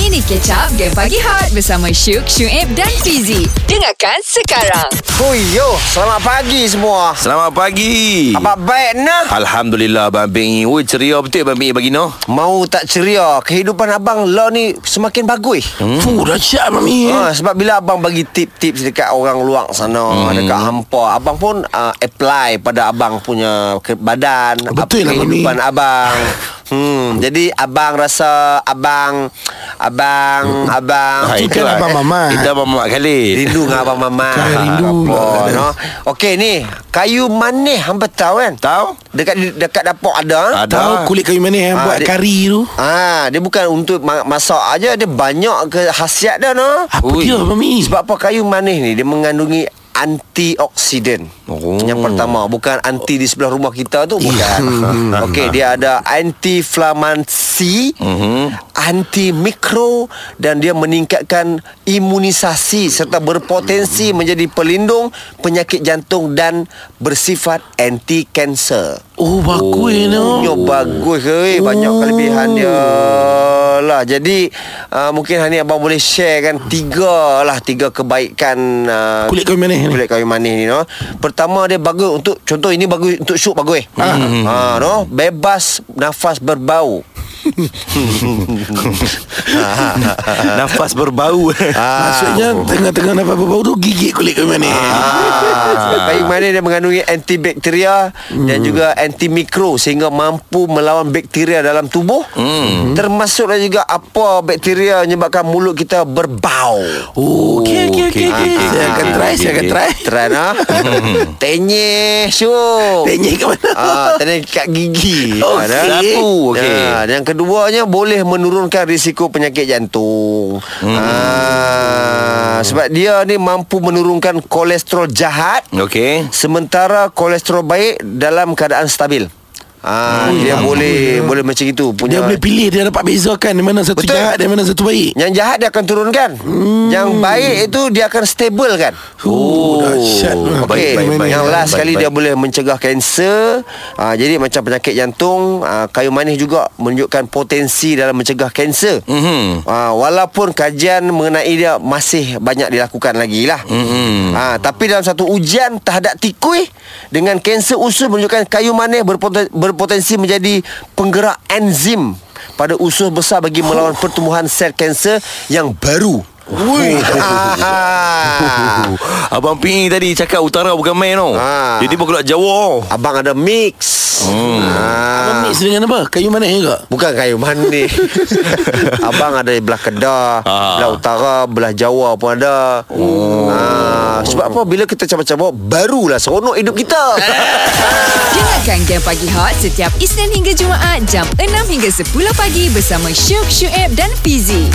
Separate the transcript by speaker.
Speaker 1: Mari catch up Game Pagi Hot Bersama Syuk, Syuib dan Fizi Dengarkan sekarang
Speaker 2: Huyo, selamat pagi semua.
Speaker 3: Selamat pagi.
Speaker 2: Apa baik nah?
Speaker 3: Alhamdulillah Abang Bengi. Oi, ceria betul Abang Bengi pagi no.
Speaker 2: Mau tak ceria, kehidupan abang lo ni semakin bagus. Hmm?
Speaker 4: Fuh dahsyat Mami eh.
Speaker 2: Ha, sebab bila abang bagi tips-tips dekat orang luar sana, hmm. dekat hampa, abang pun uh, apply pada abang punya ke- badan,
Speaker 4: Betul lah, Mami.
Speaker 2: kehidupan abang. Hmm, jadi abang rasa abang abang abang
Speaker 3: Ah,
Speaker 4: Itu kan
Speaker 2: itulah.
Speaker 4: Abang Mamat.
Speaker 3: Itu Abang Mamat kali.
Speaker 2: Rindu dengan abang mama.
Speaker 4: Kan, rindu.
Speaker 2: Apa, no? Okey ni, kayu manis hamba tahu kan?
Speaker 3: Tahu?
Speaker 2: Dekat dekat dapur ada.
Speaker 3: Ada.
Speaker 4: Tahu kulit kayu manis
Speaker 2: Ah,
Speaker 4: yang buat kan.
Speaker 2: dia-
Speaker 4: kari tu
Speaker 2: Ah, dia bukan untuk ma- masak aja, dia banyak khasiat dia no.
Speaker 4: Apa
Speaker 3: Ui.
Speaker 4: dia Mami
Speaker 2: Sebab apa kayu manis ni dia mengandungi antioksiden.
Speaker 3: Oh.
Speaker 2: Yang pertama bukan anti di sebelah rumah kita tu bukan. Okey, dia ada anti-inflamasi,
Speaker 3: Mhm.
Speaker 2: anti-mikro dan dia meningkatkan imunisasi serta berpotensi menjadi pelindung penyakit jantung dan bersifat anti-kanser.
Speaker 4: Oh bagus oh. no
Speaker 2: Yo bagus ke eh. Banyak kelebihan dia lah. Jadi uh, mungkin hari ni abang boleh share kan tiga lah tiga kebaikan uh,
Speaker 4: Kulit kayu manis ni.
Speaker 2: Kulit kayu manis ni no. Pertama dia bagus untuk contoh ini bagus untuk syuk bagus eh. Ha no bebas nafas berbau.
Speaker 3: Nafas berbau.
Speaker 4: Maksudnya tengah-tengah nafas berbau tu gigit kulit kayu manis
Speaker 2: Ah. Kayu manis dia mengandungi antibakteria hmm. dan juga antimikro sehingga mampu melawan bakteria dalam tubuh. Hmm. Termasuklah juga apa bakteria menyebabkan mulut kita berbau.
Speaker 4: Oh okey okey okey
Speaker 3: okey,
Speaker 4: okey.
Speaker 3: okey,
Speaker 4: Saya akan
Speaker 3: okey,
Speaker 4: try
Speaker 3: okey,
Speaker 4: Saya akan
Speaker 3: okey.
Speaker 4: try
Speaker 2: Teran ah. Tenyeh syuk.
Speaker 4: Tenyek kat mana
Speaker 2: Ah, tenyeh kat gigi.
Speaker 4: Okey.
Speaker 2: Ah, dah.
Speaker 3: Sapu, okey.
Speaker 2: Ah, yang keduanya boleh menurunkan risiko penyakit jantung. Hmm. Ah, sebab dia ni mampu menurunkan kolesterol jahat.
Speaker 3: Okey.
Speaker 2: Sementara kolesterol baik dalam keadaan stabil. Ah, dia boleh boleh macam itu
Speaker 4: Dia
Speaker 2: punya.
Speaker 4: boleh pilih Dia dapat bezakan Di mana satu
Speaker 2: Betul.
Speaker 4: jahat Dan mana satu baik
Speaker 2: Yang jahat dia akan turunkan. Hmm. Yang baik itu dia akan stable kan.
Speaker 4: Oh dahsyat
Speaker 2: Okey,
Speaker 3: baik, baik,
Speaker 2: yang
Speaker 3: baik,
Speaker 2: last
Speaker 3: baik,
Speaker 2: sekali
Speaker 3: baik.
Speaker 2: dia boleh mencegah kanser. Ah, jadi macam penyakit jantung, ah, kayu manis juga menunjukkan potensi dalam mencegah kanser.
Speaker 3: Mhm.
Speaker 2: Ah, walaupun kajian mengenai dia masih banyak dilakukan lagi lah.
Speaker 3: Mm-mm.
Speaker 2: Ah, tapi dalam satu ujian terhadap tikui dengan kanser usus menunjukkan kayu manis berpoten- berpotensi menjadi penggerak enzim pada usus besar bagi melawan pertumbuhan sel kanser yang baru. Ah. Wui.
Speaker 4: Ah.
Speaker 3: Uhuh. Abang Bengi tadi cakap utara bukan main no.
Speaker 2: Ah.
Speaker 3: Jadi pokok Jawa.
Speaker 2: Abang ada mix. Hmm. Ah.
Speaker 4: Abang mix dengan apa Kayu manis juga
Speaker 2: Bukan kayu manis Abang ada di belah Kedah
Speaker 3: Ah.
Speaker 2: Belah utara Belah Jawa pun ada oh. ha, Sebab apa Bila kita cabar-cabar Barulah seronok hidup kita
Speaker 1: Dengarkan Game Pagi Hot Setiap Isnin hingga Jumaat Jam 6 hingga 10 pagi Bersama Syuk, Syuib dan Fizi